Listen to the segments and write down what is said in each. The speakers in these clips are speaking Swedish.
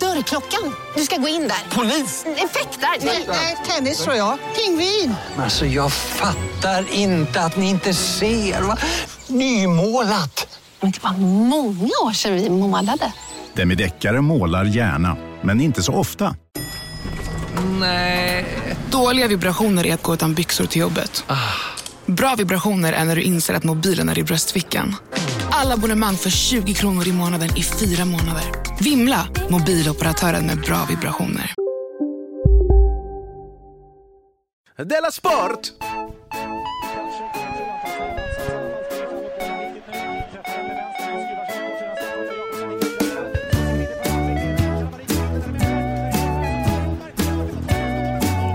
Dörrklockan. Du ska gå in där. Polis? Effektar? Nej, tennis tror jag. Pingvin. Alltså jag fattar inte att ni inte ser. Va? Nymålat! Men det var många år sedan vi målade. Demideckare målar gärna, men inte så ofta. Nej. Dåliga vibrationer är att gå utan byxor till jobbet. Bra vibrationer är när du inser att mobilen är i bröstfickan. Alla abonnemang för 20 kronor i månaden i fyra månader. Vimla! Mobiloperatören med bra vibrationer. Della Sport!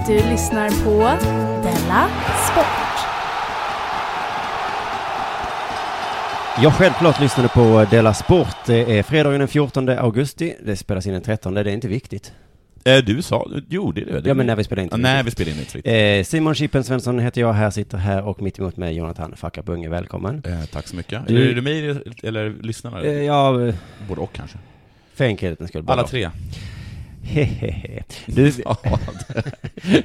Du lyssnar på Della Sport. Jag självklart lyssnade på eh, Della Sport. Det är fredagen den 14 augusti. Det spelas in den 13. Det är inte viktigt. Eh, du sa, jo det är det. Ja, men när vi spelar in. Ja, när vi spelar in ett fritt. Eh, Simon Chippen Svensson heter jag. Här sitter här och mitt emot mig Jonathan Facka Bunge. Välkommen. Eh, tack så mycket. Du- Eller är det mig eller lyssnarna? Eh, ja, eh, Både och kanske. för enkelhetens skull. bara. Alla tre. Hehehe. Du, Ja,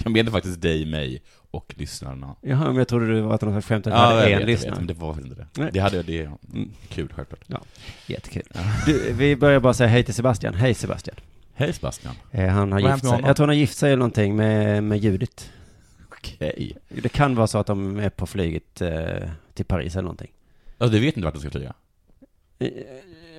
jag menar faktiskt dig, mig och lyssnarna. jaha, men jag trodde du var att någon slags skämt att du hade jag en vet, jag vet, men lyssnare. det var väl inte det. Nej. Det hade jag, det är mm, kul självklart. Jättekul. Du, vi börjar bara säga hej till Sebastian. Hej Sebastian. Hej Sebastian. Eh, han har Vad gift har hänt med sig. honom? Jag tror han har gift sig eller någonting med, med Judit. Okej. Det kan vara så att de är på flyget eh, till Paris eller någonting. Alltså du vet inte vart du ska flyga? Eh,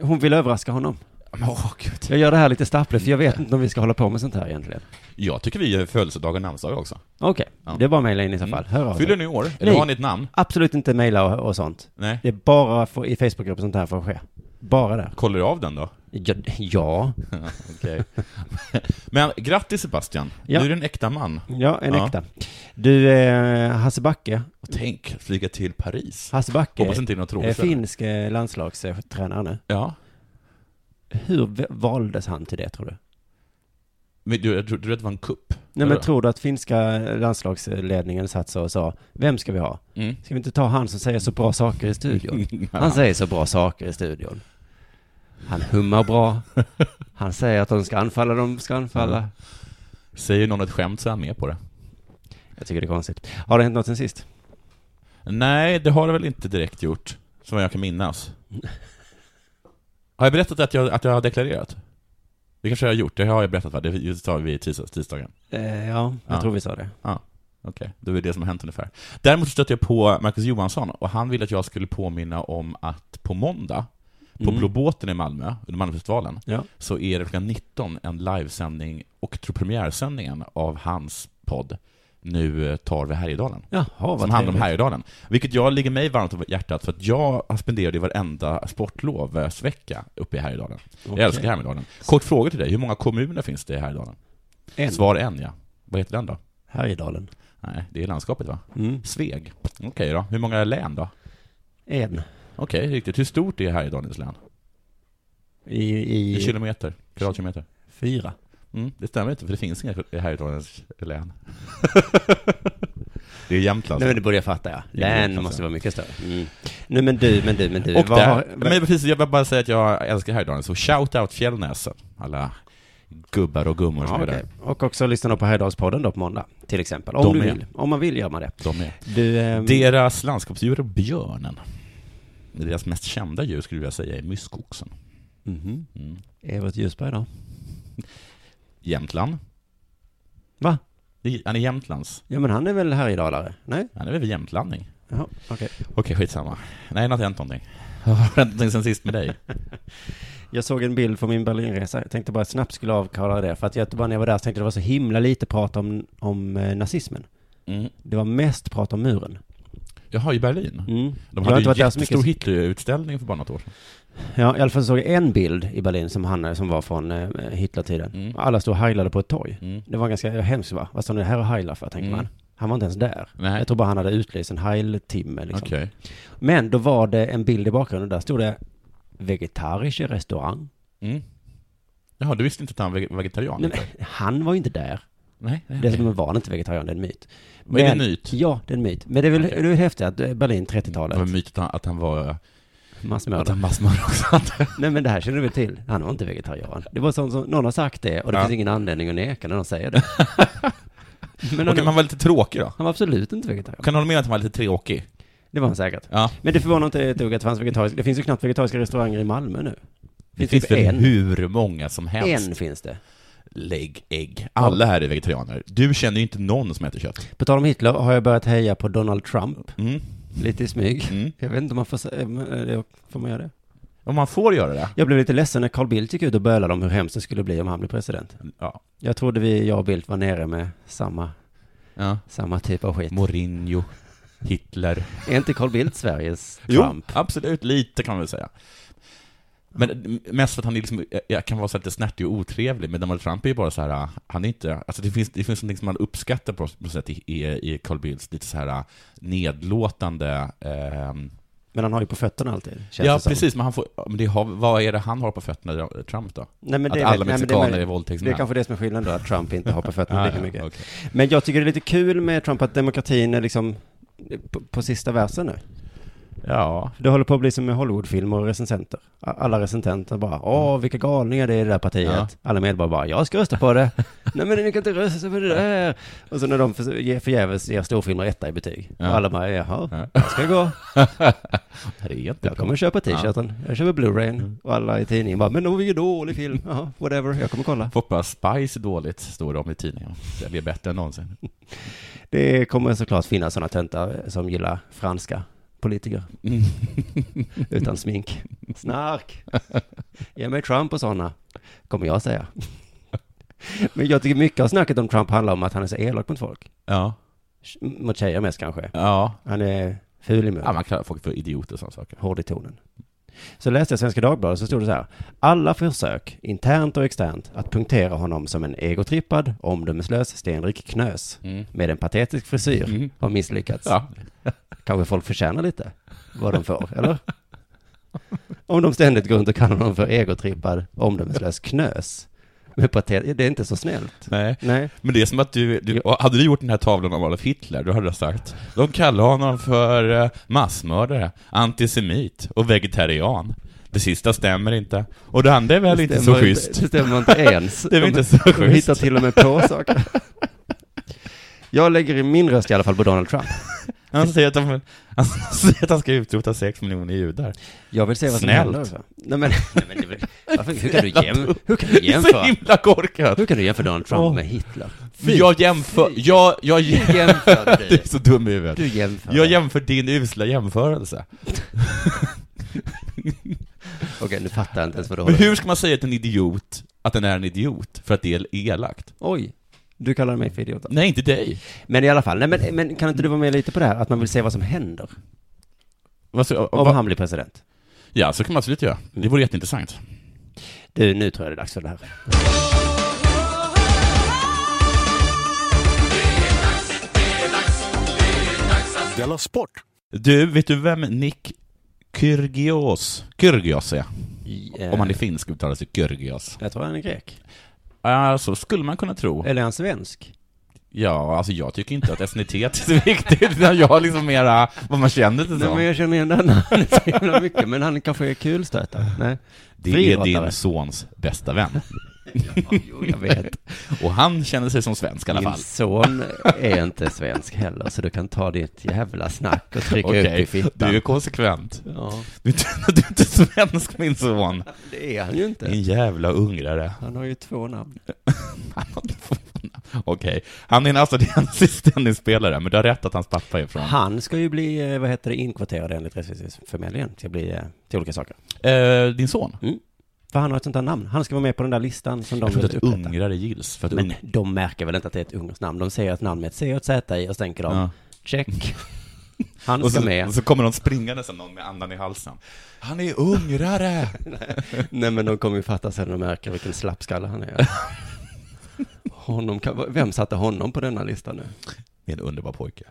Hon vill överraska honom. Men Åh gud. Jag gör det här lite stappligt för jag vet inte om vi ska hålla på med sånt här egentligen. Jag tycker vi gör födelsedag och namnsdag också. Okej, Ja. Mm. det är bara att mejla in i så fall. Hör av Fyller dig. ni år? Eller Nej. har ni ett namn? Absolut inte mejla och, och sånt. Nej. Det är bara för, i Facebookgruppen sånt här får ske. Bara där. Kollar du av den då? Ja. Ja, Okej. Men grattis Sebastian. Ja. Du är en äkta man. ja en Ja. äkta. Du, eh, Hasse Backe. Och tänk, att flyga till Paris. Hasse Backe Hoppas inte det är något är tråkigt. eller? finsk eh, landslagstränare nu. Ja. Hur v- valdes han till det tror du? Men du, jag tror- du vet att det var en kupp? Nej Eller? men tror du att finska landslagsledningen satt så och sa, vem ska vi ha? Mm. Ska vi inte ta han som säger så bra saker i studion? Han säger så bra saker i studion. Han hummar bra. Han säger att de ska anfalla, de ska anfalla. Säger någon ett skämt så är han med på det. Jag tycker det är konstigt. Har det hänt något sen sist? Nej, det har det väl inte direkt gjort. Som jag kan minnas. Har jag berättat att jag, att jag har deklarerat? Det kanske jag har gjort, det har jag berättat va? Det just sa vi tisdags, tisdagen. Eh, ja, jag Ja. tror vi sa det. Okej, det var det som har hänt ungefär. Däremot stötte jag på Marcus Johansson och han ville att jag skulle påminna om att på måndag, på Mm. Blå båten i Malmö, under Malmöfestivalen, Ja. så är det klockan 19 en livesändning och tror premiärsändningen av hans podd Nu eh, tar vi Härjedalen. Jaha, vad som handlar om trevligt. Härjedalen. Vilket jag ligger mig varmt om hjärtat för att jag spenderade varenda sportlovsvecka uppe i Härjedalen. Okej. Jag älskar Härjedalen. Kort fråga till dig, hur många kommuner finns det i Härjedalen? En. Svar en ja. Vad heter den då? Härjedalen. Nej, det är landskapet va? Mm. Sveg. Okej då. Hur många län då? En. Okej, riktigt. Hur stort är Härjedalens län? I, I i kilometer? Kvadratkilometer? fyra. Mm, det stämmer inte, för det finns inga i Härjedalens län. det är Jämtland. Nej men det börjar jag fatta ja. Det är Län klart, måste alltså. vara mycket större. Mm. Nej men du, men du, men du. Och vad där, har- vad- men precis, jag vill bara säga att jag älskar Härjedalen, så shout out Fjällnäsen. Alla gubbar och gummor som ja, är där. okej. Och också lyssna på Härjedalspodden då på måndag, till exempel. Om De du är. vill. Om man vill gör man det. De är. Du, ehm, Deras landskapsdjur är björnen. Deras mest kända djur skulle jag säga är myskoxen. Mhm. Mm. Evert Ljusberg då? Jämtland. Va? Det är- Han är jämtlands. Ja men han är väl härjedalare? Nej? Han är väl jämtlandning. Jaha, okej. Okej, skitsamma. Nej, det har inte hänt någonting. Har det hänt någonting sen sist med dig? Jag såg en bild från min Berlinresa. Jag tänkte bara snabbt skulle avklara det. För att jag, bara när jag var där så tänkte jag det var så himla lite prat om, om eh, nazismen. Mm. Det var mest prat om muren. Jaha, i Berlin? Mm. De jag har inte hade ju en varit där så jättestor mycket. Hitlerutställning för bara något år sedan. Ja, i alla fall såg jag en bild i Berlin som, han, som var från eh, Hitlertiden. Mm. Alla stod och heilade på ett torg. Mm. Det var ganska hemskt va? Vad står ni här och heilar för, tänker Mm. man. Han var inte ens där. Nej. Jag tror bara han hade utlyst en heiltimme liksom. Okej. Men då var det en bild i bakgrunden, där stod det vegetarisk restaurang. Mm. Jaha, du visste inte att han var vegetarian? Nej, inte? men han var ju inte där. Nej, nej. Dessutom var han inte vegetarian, det är en myt. Vad är det en myt? Ja, det är en myt. Men det är väl det är väl häftigt att eh, Berlin Det var 30-talet, myten att han var... Att massmördare. han massmördare också hade. Nej men det här känner du väl till? Han var inte vegetarian. Det var sånt som, någon har sagt det och det Ja. finns ingen anledning att neka när de säger det. men Och han, han var lite tråkig då? han var absolut inte vegetarian. Kan du hålla med att han var lite tråkig? Det var han säkert. Ja. Men det förvånar inte ett dugg att det fanns vegetariska, det finns ju knappt vegetariska restauranger i Malmö nu. Det Det finns finns väl typ en. hur många som helst? En finns det. Lägg ägg. Alla här är vegetarianer. Du känner ju inte någon som äter kött. På tal om Hitler har jag börjat heja på Donald Trump, Mm. lite i smyg. Mm. Jag vet inte om man får, sä- eh, men, eh, det- får man göra det? Om man får göra det? Jag blev lite ledsen när Carl Bildt gick ut och bölade om hur hemskt det skulle bli om han blev president. Ja. Jag trodde vi, jag och Bildt var nere med samma, ja. samma typ av skit. Mourinho, Hitler. Är inte Carl Bildt Sveriges Jo, Trump? absolut. Lite kan man väl säga. Men mest för att han är liksom, jag kan vara så här lite snärtig och otrevlig, men Donald Trump är ju bara så här, han är inte, alltså det finns, det finns någonting som man uppskattar på något sätt i, i, i Carl Bildts lite så här eh, nedlåtande, ehm, Men han har ju på fötterna alltid, känns ja det som. precis, men han får, men det har, vad är det han har på fötterna, Trump då? Nej, men Att det är, alla nej, men det mexikaner är möjligt. Det våldtäktsmän? är kanske det som är skillnaden då, att Trump inte har på fötterna Ah, lika ja, mycket. okej. Men jag tycker det är lite kul med Trump att demokratin är liksom på, på sista versen nu. Ja, Det håller på att bli som med Hollywoodfilmer och recensenter. A- Alla recensenter bara, åh vilka galningar det är i det där partiet. Mm. Ja. Alla medborgare bara, jag ska rösta på det. Nej men ni kan inte rösta på det där. Och så när de förs- ge- förgäves ger storfilmer etta i betyg. Ja. Och alla bara, jaha, Ja. jag ska gå. det är inte Jag kommer köpa t-shirten, jag köper blu-rayen. Mm. Och alla i tidningen bara, men det var ju dålig film. Jaha, whatever, jag kommer kolla. Får bara Spice är dåligt, står det om i tidningen. Säljer bättre än någonsin. Det kommer såklart finnas sådana töntar som gillar franska politiker. Mm. Utan smink. Snark! Ge mig Trump och sådana, kommer jag säga. Men jag tycker mycket av snacket om Trump handlar om att han är så elak mot folk. Ja, Mot tjejer mest kanske. ja. Han är ful i ja munnen, man kallar folk för idioter och sådana saker. hård i tonen. Så läste jag Svenska Dagbladet så stod det så här. Alla försök, internt och externt, att punktera honom som en egotrippad, omdömeslös stenrik knös Mm. med en patetisk frisyr Mm. har misslyckats. Ja, Kanske folk förtjänar lite vad de får, eller? Om de ständigt går runt och kallar honom för egotrippad, omdömeslös knös. Med patet, det är inte så snällt. nej. Nej, Men det är som att du, du hade du gjort den här tavlan om Adolf Hitler, då hade du sagt De kallar honom för eh, massmördare, antisemit och vegetarian. Det sista stämmer inte. Och det andra är väl inte så stämmer schysst. Det stämmer inte ens. Det är väl de, inte så de hittar schysst. till och med på saker. Jag lägger i min röst i alla fall på Donald Trump. Han säger, att han, han säger att han ska utrota sex miljoner judar. Jag vill se vad som Snällt. händer. också. Nej men, nej, men det är väl- varför, hur, kan du jäm, hur kan du Det är så jämföra? himla korkat! Hur kan du jämföra Donald Trump Åh. med Hitler? Men Jag jämför, jag, jag, Du jämförde du du. är så dum i huvudet. Du jämför. Jag jämför din usla jämförelse. Okej, nu fattar jag inte ens vad du Men håller hur ska man säga till en idiot att den är en idiot för att det är elakt? Oj, du kallar mig för idiot. Nej, inte dig. Men i alla fall, nej, men, men kan inte du vara med lite på det här, att man vill se vad som händer Vad ska- om vad- han blir president? Ja, så kan man absolut göra. Det vore jätteintressant. Du, nu tror jag det är dags för det här. Della Sport! Du, vet du vem Nick Kyrgios, Kyrgios är? I, eh, Om han är finsk uttalas det Kyrgios. Jag tror han är grek. Alltså, skulle man kunna tro. Eller är han svensk? Ja, alltså jag tycker inte att etnicitet är så viktigt, utan jag har liksom mera vad man känner det Nej, men som. jag känner igen den han är så jävla mycket, men han kanske är kulstötare. Nej, Det är friidrottare. din sons bästa vän. jo, jag vet. Och han känner sig som svensk i alla Din fall. son är inte svensk heller, så du kan ta ditt jävla snack och trycka upp i Okej, du fittan. är konsekvent. Ja, Du är inte, du är inte svensk, min son. det är han ju Din inte. jävla ungrare. Han har ju två namn. Okej, han är en australiensisk tennisspelare, men du har rätt att hans pappa är från... Han ska ju bli, eh, vad heter det, inkvoterad enligt rättviseförmedlingen till, att bli, eh, till olika saker. Eh, din son? För han har ett sånt här namn. Han ska vara med på den där listan som de Jag tror vill inte att upprätta. ungrare gills, för att Men ung... de märker väl inte att det är ett ungerskt namn. De säger ett namn med ett C och ett Z i och så tänker de, Ja. check. Han Och ska så, med. och så kommer de springande sen någon med andan i halsen. Han är ungrare! Nej men de kommer ju fatta sen när de märker vilken slappskalle han är. Honom kan, vem satte honom på denna lista nu? Min underbara pojke.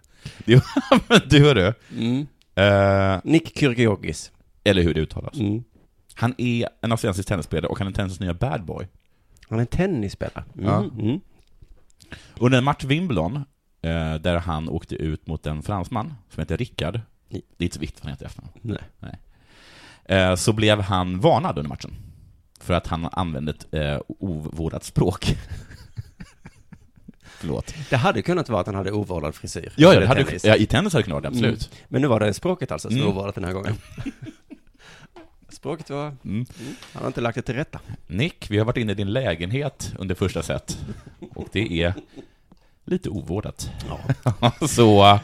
Du, men du hörru. Mm. Eh, Nick Kyrgiogis. eller hur det uttalas. Mm. Han är en australiensisk tennisspelare och han är tennisens nya bad boy. Han är en tennisspelare. Mm. Ja. Mm. Under en match Wimbledon, eh, där han åkte ut mot en fransman som heter Rickard. Det är inte så viktigt vad han heter i efternamn. Nej. Eh, så blev han varnad under matchen. För att han använde ett eh, ovårdat språk. Förlåt. Det hade kunnat vara att han hade ovårdad frisyr. Ja, ja, Eller det hade, tennis. ja, i tennis Mm. hade det kunnat vara det, absolut. Men nu var det språket alltså som Mm. var ovårdat den här gången. språket var... Mm. Han har inte lagt det till rätta. Nick, vi har varit inne i din lägenhet under första set. Och det är lite ovårdat. Så... eh,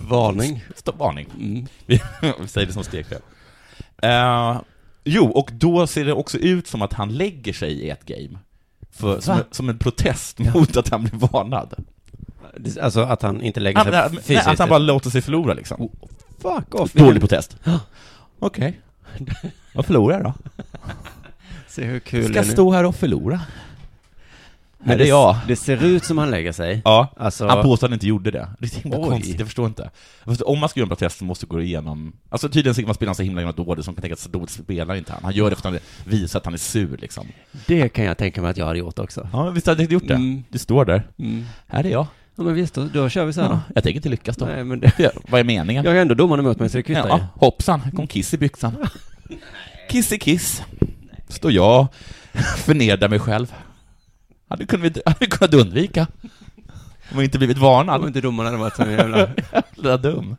Varning. Stopp, varning. Mm. Vi vi säger det som stekfel. Eh, jo, och då ser det också ut som att han lägger sig i ett game. För, som, en, som en protest mot att han blir varnad. Det- Alltså att han inte lägger Han, sig nej, nej, fysiskt. att han bara låter sig förlora liksom. Fuck off. Dålig protest. Okej. Vad förlorar jag då? Se hur kul Ska det är stå här och förlora? nu. Här det, är jag. det ser ut som han lägger sig. Ja, Alltså- han påstår att han inte gjorde det. Det är så himla Oj. konstigt, jag förstår inte. Fast om man ska göra en protest så måste det gå igenom... Alltså tydligen så man spelar så himla himla dåligt, som kan tänka att så dåligt spelar inte han. Han gör det för att han visar att han är sur liksom. Det kan jag tänka mig att jag hade gjort också. Ja, men visst hade du gjort det? Mm. Du står där. Mm. Här är jag. Ja men visst, då, då kör vi så här då. Ja, jag tänker inte lyckas då. Nej men det... För jag- Vad är meningen? Jag har ändå domaren emot mig så det kvittar ja, hoppsan, här kom kiss i byxan. Kiss i kiss. Står jag, förnedrar mig själv. Hade kunnat, hade kunnat undvika. Om jag inte blivit ju. Om varnad. inte domaren hade varit så jävla... Jävla dum.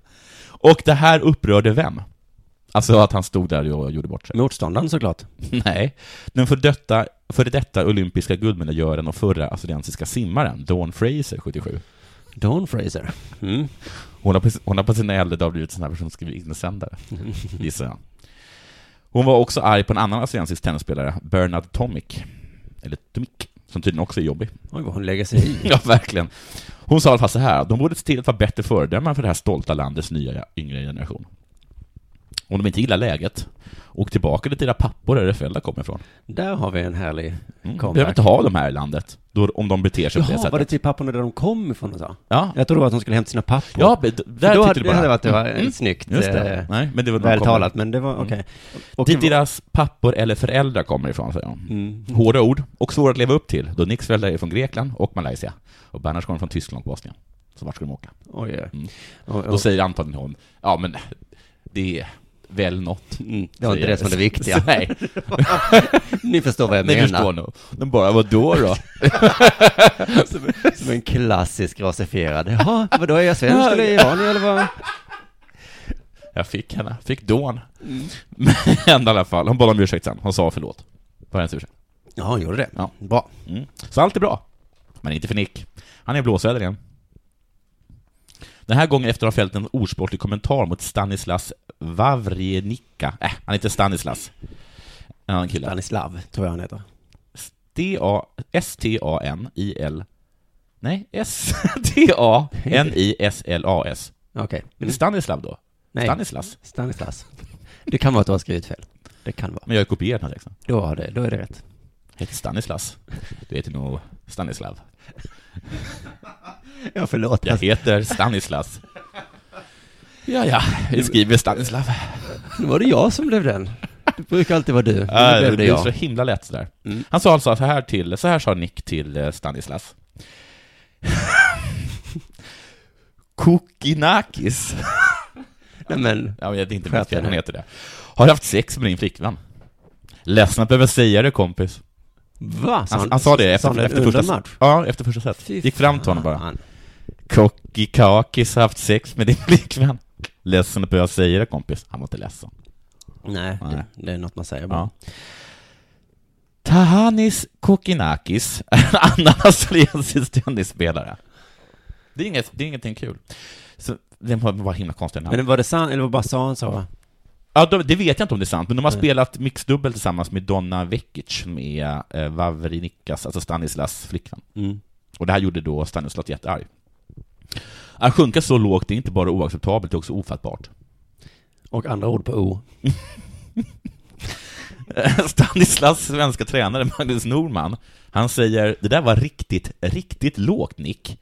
Och det här upprörde vem? Alltså att han stod där och gjorde bort sig. Motståndaren såklart. Nej, den för, detta, för detta olympiska guldmedaljören och förra australiensiska simmaren, Dawn Fraser, 77. Don Fraser. Mm. Hon har, på- hon har på sina äldre dagar blivit en sån här person som skriver insändare, gissar jag. Hon var också arg på en annan australiensisk tennisspelare, Bernard Tomic, eller Tomic, som tydligen också är jobbig. Oj vad hon lägger sig i. Ja, verkligen. Hon sa i alla fall så här, de borde se till att vara bättre föredömen för det här stolta landets nya yngre generation. Om de inte gillar läget, åk tillbaka till era pappor där era föräldrar kommer ifrån. Där har vi en härlig Mm. Vi behöver comeback. inte ha de här i landet, då, om de beter sig på det Jaha, sättet. var det till papporna där de kom ifrån och så? Ja, Jag trodde det var att de skulle hämta sina pappor. ja men d- där För då tyckte hade, du bara... det hade varit det var Mm. snyggt. Just det. eh, Nej, men det var Väl de kommer- talat, men det var okej. Och Dit deras pappor eller föräldrar kommer ifrån, säger de. Mm. Hårda ord och svåra att leva upp till, då Nicks föräldrar är från Grekland och Malaysia. Och Bernhards kommer från Tyskland och Bosnien. Så vart ska de åka? Oj, oj. Mm. Och, Då och, säger antagligen hon, ja men det är väl något. mm, det var inte säger- det som var det viktiga. Nej, Ni förstår vad jag ni förstår menar. nog. De bara, vadå då? Som en klassisk rasifierad. Jaha, vadå, är jag svensk eller iranier eller vad? Jag fick henne, fick Dawn. Men i alla fall, hon bad om ursäkt sen. Hon sa förlåt. Var hennes ursäkt. Ja, hon gjorde det. Ja. Bra. Mm. Så allt är bra. Men inte för Nick. Han är i blåsväder igen. Den här gången efter att ha fällt en ordsportlig kommentar mot Stanislas Wawrienica. Äh, han heter Stanislas. En annan kille. Stanislav, tror jag han heter. D-A- S-T-A-N-I-L... Nej, S-T-A-N-I-S-L-A-S. Okej. Är det Stanislav då? Nej. Stanislas? Stanislas. Det kan vara att du har skrivit fel. Det kan vara. Men jag har kopierat den här texten. Då, har det, då är det rätt. Heter Stanislas. Du heter nog Stanislav. Ja, förlåt. Jag Jag heter Stanislas. Ja, ja, jag skriver Stanislav. Nu Alltså, var det jag som blev den. Det brukar alltid vara du. Nu Ja, blev det Mm. är så jag. himla lätt sådär. Han sa alltså så här till, så här sa Nick till eh, Stanislas. Kokinakis. Nej, men, Ja, men det är inte Skärp mitt fel, dig hon nu. heter det. Har du haft sex med din flickvän? Ledsen att behöva säga det kompis. va? Han, han sa det sa han efter, det efter under första set. match? Ja, efter första set. Fy Gick fram till honom bara. fan. Kokikakis har haft sex med din flickvän. Ledsen att behöva säga det kompis. Han var inte ledsen. Nej, Nej. Det, det är något man säger bara. Ja. Tahanis Kokinakis är en annan australiensisk tennisspelare. Det är, inget, det är ingenting kul. Så, det var bara himla konstiga namn. Men var det sant, eller var det bara sa han så? Ja, de, det vet jag inte om det är sant, men de har Nej. spelat mixdubbel tillsammans med Donna Vekic, med eh, Vavrinikas, alltså Stanislas flickvän. Mm. Och det här gjorde då Stanislas jättearg. Att sjunka så lågt är inte bara oacceptabelt, det är också ofattbart. Och andra ord på O. Stanislas svenska tränare Magnus Norman, han säger det där var riktigt, riktigt lågt Nick.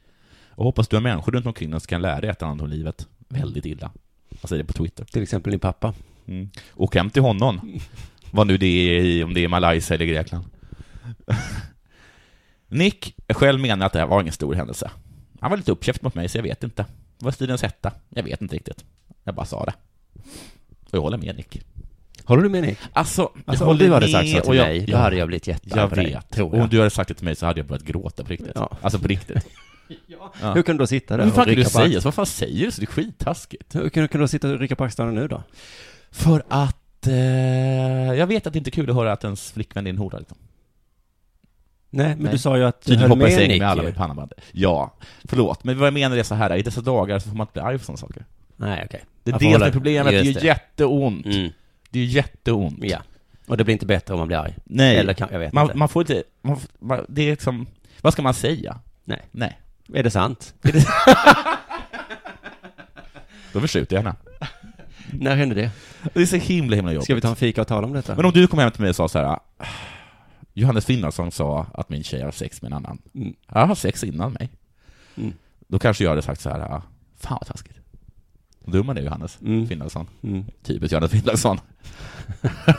Och hoppas du har människor runt omkring dig som kan lära dig ett och annat om livet. Väldigt illa. Jag säger det på Twitter. Till exempel din pappa. Mm. Åk hem till honom. Vad nu det är i, om det är Malaysia eller Grekland. Nick själv menar att det här var ingen stor händelse. Han var lite uppkäft mot mig, så jag vet inte. Vad är stilens hetta? Jag vet inte riktigt. Jag bara sa det. Och jag håller med Nick. Håller du med Nick? Alltså, Alltså jag om håller du hade med sagt så och till jag- mig, då jag- hade jag blivit jättearg Jag på vet. dig, tror Och om jag. du hade sagt det till mig så hade jag börjat gråta på riktigt. Ja. Alltså på riktigt. Ja. Hur kan du då sitta där Hur fan och kan du rycka på säga axlarna? så? Vad fan säger du? Så det är skittaskigt. Hur kan, kan du då sitta och rycka på axlarna nu då? För att eh, jag vet att det inte är kul att höra att ens flickvän är en hora. Liksom. Nej, men Nej. du sa ju att du Tydligen höll hoppar i med säng Nick. med alla ju. med pannband. Ja, förlåt. Men vad jag menar är så här, i dessa dagar så får man inte bli arg för sådana saker. Nej, okej. Det är Man det får som hålla- är problemet. Det är Just ju jätteont. Mm, Det är ju jätteont. ja. Och det blir inte bättre om man blir arg. Nej. Eller kan, jag vet man, inte. man får inte... Man, får- man, det är liksom... Vad ska man säga? Nej. Nej. Är det sant? Då förskjuter jag henne. När hände det? Det är så himla, himla jobbigt. Ska vi ta en fika och tala om detta? Men om du kom hem till mig och sa så här. "Ah, Johannes Finlandsson sa att min tjej har sex med en annan. Mm. Jag har sex innan mig. Mm. Då kanske jag hade sagt så här. "Ah, Fan vad taskigt. Vad dum man är Johannes Mm. Finlandsson. Mm. Typiskt Johannes Finlandsson.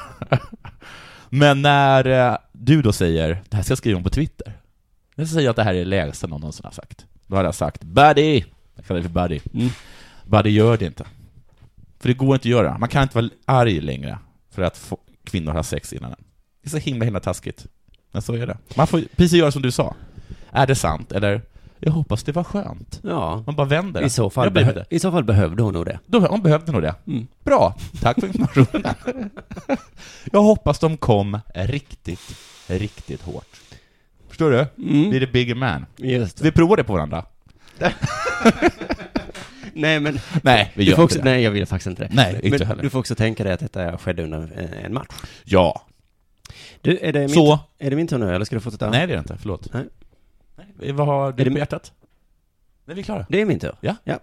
Men när eh, du då säger, det här ska jag skriva om på Twitter. Jag säger att det här är det lägsta någon någonsin har sagt. Då hade jag sagt, buddy! Jag kallar det för buddy. Mm. Buddy gör det inte. För det går inte att göra. Man kan inte vara arg längre för att få, kvinnor har sex innan en. Det är så himla, himla taskigt. Men så är det. Man får precis göra som du sa. Är det sant? Eller, jag hoppas det var skönt. Ja. Man bara vänder det. I så, fall jag behövde. behö- Mm. I så fall behövde hon nog det. Då, de behövde nog det. Bra, tack för informationen. jag hoppas de kom riktigt, riktigt hårt. Förstår du? Mm. Det är the bigger man. Just Så vi provar det på varandra. Nej, men Nej, vi du gör får inte också, det. nej, jag vill faktiskt inte det. Nej, inte men heller. du får också tänka dig att detta skedde under en, en match. Ja. Du, är det min, Så. Är det min tur nu, eller ska du fortsätta? Nej, det är det inte. Förlåt. Nej. Nej, Vad har du Är det- på hjärtat? Nej, vi är klara. Det är min tur. Ja. ja.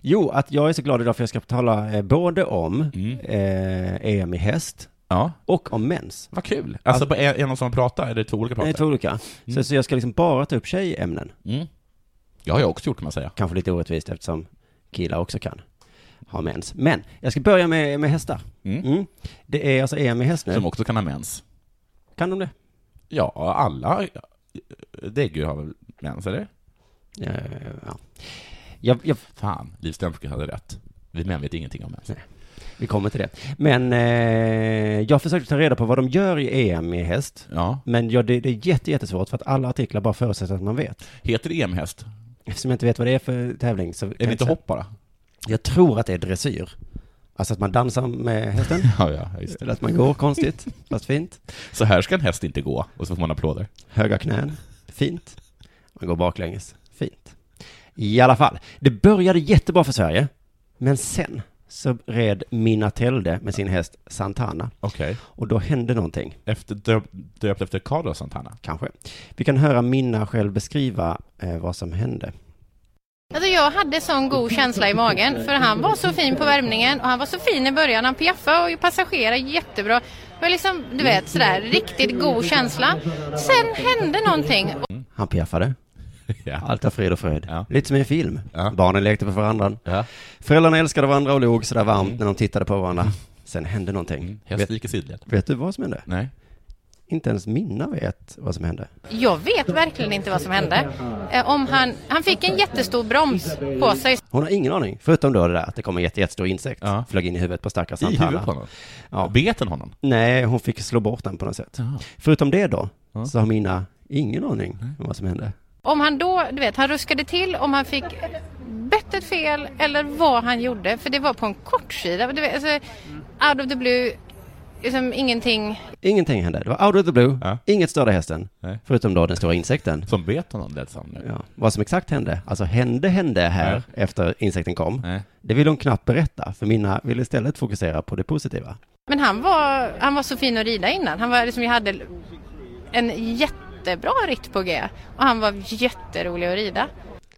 Jo, att jag är så glad idag för jag ska tala eh, både om Mm. eh, EM i häst Ja, och om mens. vad kul. Alltså, på en, en av som pratar, eller två olika pratar? Nej, två olika. Så, så jag ska liksom bara ta upp tjejämnen. Mm. Ja, jag har också gjort kan man säga. Kanske lite orättvist eftersom killar också kan ha mens. Men jag ska börja med, med hästar. Mm. Mm. Det är alltså EM i häst nu. Som också kan ha mens. Kan de det? Ja, alla däggdjur har väl mens, eller? Ja, ja. Jag, jag, Fan, Liv Strömsky hade rätt. Vi män vet ingenting om mens. vi kommer till det. Men eh, jag försökte ta reda på vad de gör i EM i häst. Ja. Men ja, det, det är jätte, jättesvårt för att alla artiklar bara förutsätter att man vet. Heter det E EM-häst? Eftersom jag inte vet vad det är för tävling så... kan Är jag det inte säga. hopp bara? Jag tror att det är dressyr. Alltså att man dansar med hästen. Ja, ja, just Eller att man går konstigt, fast fint. Så här ska en häst inte gå, och så får man applåder. Höga knän, fint. Man går baklänges, fint. I alla fall, det började jättebra för Sverige. Men sen så red Mina Telde med sin häst Santana. Okej. Och då hände någonting, Efter Döpt, döpt efter Carlos Santana? kanske. Vi kan höra Minna själv beskriva eh, vad som hände. Alltså jag hade sån god känsla i magen för han var så fin på värmningen och han var så fin i början. Han piaffade och passagerade jättebra. Det var liksom, du vet, sådär riktigt god känsla. Sen hände någonting. Han piaffade. Ja. Allt är frid och fröjd. Ja. Lite som i en film. Ja. Barnen lekte på varandra. ja. Föräldrarna älskade varandra och låg sådär varmt när de tittade på varandra. Sen hände någonting. Häst Vet, gick i sidled? vet du vad som hände? Mm. Nej. Inte ens Minna vet vad som hände. Jag vet verkligen inte vad som hände. Eh, Om han, han fick en jättestor broms på sig. Hon har ingen aning, förutom då det där att det kom en jätte, jättestor insekt. Ja. Flög in i huvudet på stackars I Santana. huvudet på honom? Ja. Bet den honom? Nej, hon fick slå bort den på något sätt. Jaha. Förutom det då, så har Minna ingen aning om vad som hände. Om han då, du vet, han ruskade till om han fick bettet fel eller vad han gjorde. För det var på en kortsida. Du vet, alltså, out of the blue, liksom ingenting. Ingenting hände. Det var out of the blue, Ja. inget störde hästen. Nej. Förutom då den stora insekten. Som bet honom, lät som nu. Ja. Vad som exakt hände, alltså hände hände här Nej. efter insekten kom. Nej. Det vill hon knappt berätta, för Minna vill istället fokusera på det positiva. Men han var, han var så fin att rida innan. Han var liksom, jag hade en jättebra ritt på G. Och han var jätterolig att rida.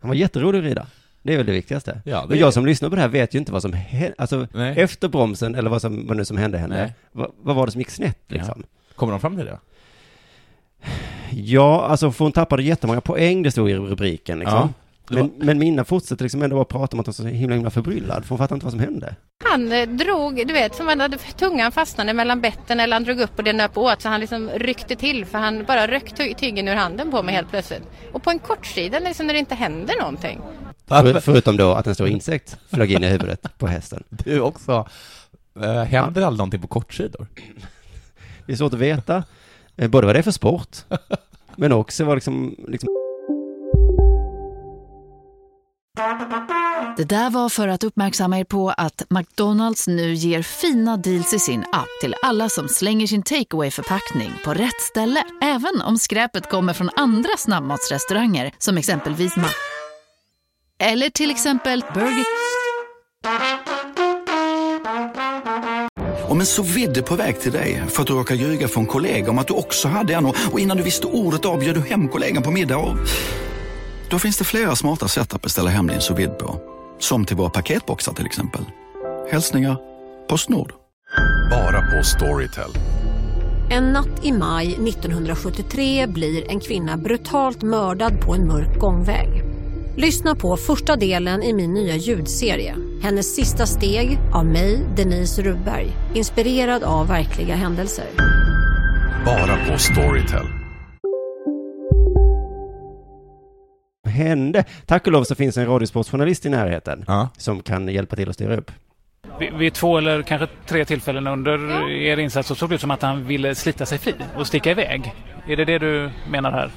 Han var jätterolig att rida. Det är väl det viktigaste. Ja, det Men är jag det. som lyssnar på det här vet ju inte vad som hände, alltså Nej. efter bromsen eller vad, som, vad nu som hände henne. Nej. Vad, vad var det som gick snett liksom? Kommer de fram till det? Ja, alltså för hon tappade jättemånga poäng, det stod i rubriken liksom. Men, men Minna fortsätter liksom ändå bara prata om att hon är så himla, himla förbryllad, för hon fattar inte vad som hände. Han eh, drog, du vet, som han hade tungan fastnade mellan betten eller han drog upp och det nöp åt så han liksom ryckte till för han bara rökt tyggen ur handen på mig helt plötsligt. Och på en kortsida liksom när det inte händer någonting. För, förutom då att en stor insekt flög in i huvudet på hästen. Du också. Eh, händer aldrig någonting på kortsidor? Det är svårt att veta, eh, både vad det är för sport, men också vad liksom, liksom Det där var för att uppmärksamma er på att McDonalds nu ger fina deals i sin app till alla som slänger sin takeaway förpackning på rätt ställe. Även om skräpet kommer från andra snabbmatsrestauranger som exempelvis Ma... Eller till exempel Burger... Om en så vidde på väg till dig för att du råkar ljuga från kollega om att du också hade en och och innan du visste ordet av bjöd du hem kollegan på middag och... Då finns det flera smarta sätt att beställa hem din sous vide på. Som till våra paketboxar till exempel. Hälsningar Postnord. Bara på Storytel. En natt i maj 1973 blir en kvinna brutalt mördad på en mörk gångväg. Lyssna på första delen i min nya ljudserie. Hennes sista steg av mig, Denise Rubberg. Inspirerad av verkliga händelser. Bara på Storytel. hände. Tack och lov så finns en radiosportsjournalist i närheten som kan hjälpa till att styra upp. Vid, vid två eller kanske tre tillfällen under er insats så såg det ut som att han ville slita sig fri och sticka iväg. Är det det du menar här?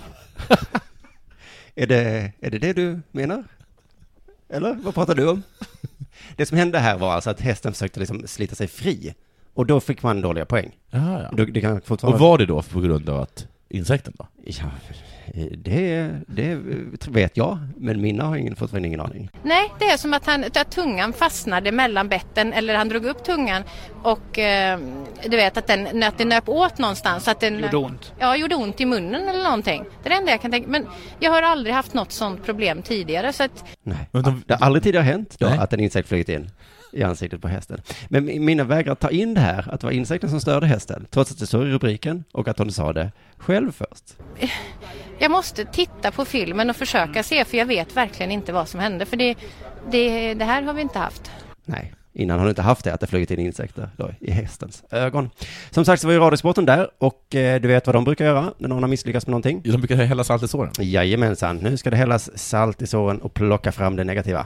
Är det, är det det du menar? Eller vad pratar du om? Det som hände här var alltså att hästen försökte liksom slita sig fri och då fick man dåliga poäng. Jaha, ja. Då- det kan fortfarande... Och var det då på grund av att insekten då? Ja, det, det vet jag, men Minna har ingen, fortfarande ingen aning. Nej, det är som att, han, att tungan fastnade mellan betten eller han drog upp tungan och eh, du vet att den att det nöp åt någonstans. så Att den, Gjorde ont. Ja, gjorde ont i munnen eller någonting. Det är det enda jag kan tänka Men jag har aldrig haft något sånt problem tidigare så att Nej. Det har aldrig tidigare hänt då att en insekt flugit in i ansiktet på hästen. Men Minna vägrar ta in det här, att det var insekten som störde hästen, trots att det står i rubriken och att hon sa det själv först. jag måste titta på filmen och Mm. försöka se för jag vet verkligen inte vad som hände för det, det, det här har vi inte haft. Nej, innan har du inte haft det, att det flugit in insekter då, i hästens ögon. Som sagt så var ju Radiosporten där och eh, du vet vad de brukar göra när någon har misslyckats med någonting? De brukar hälla salt i såren. Jajamensan, nu ska det hällas salt i såren och plocka fram det negativa.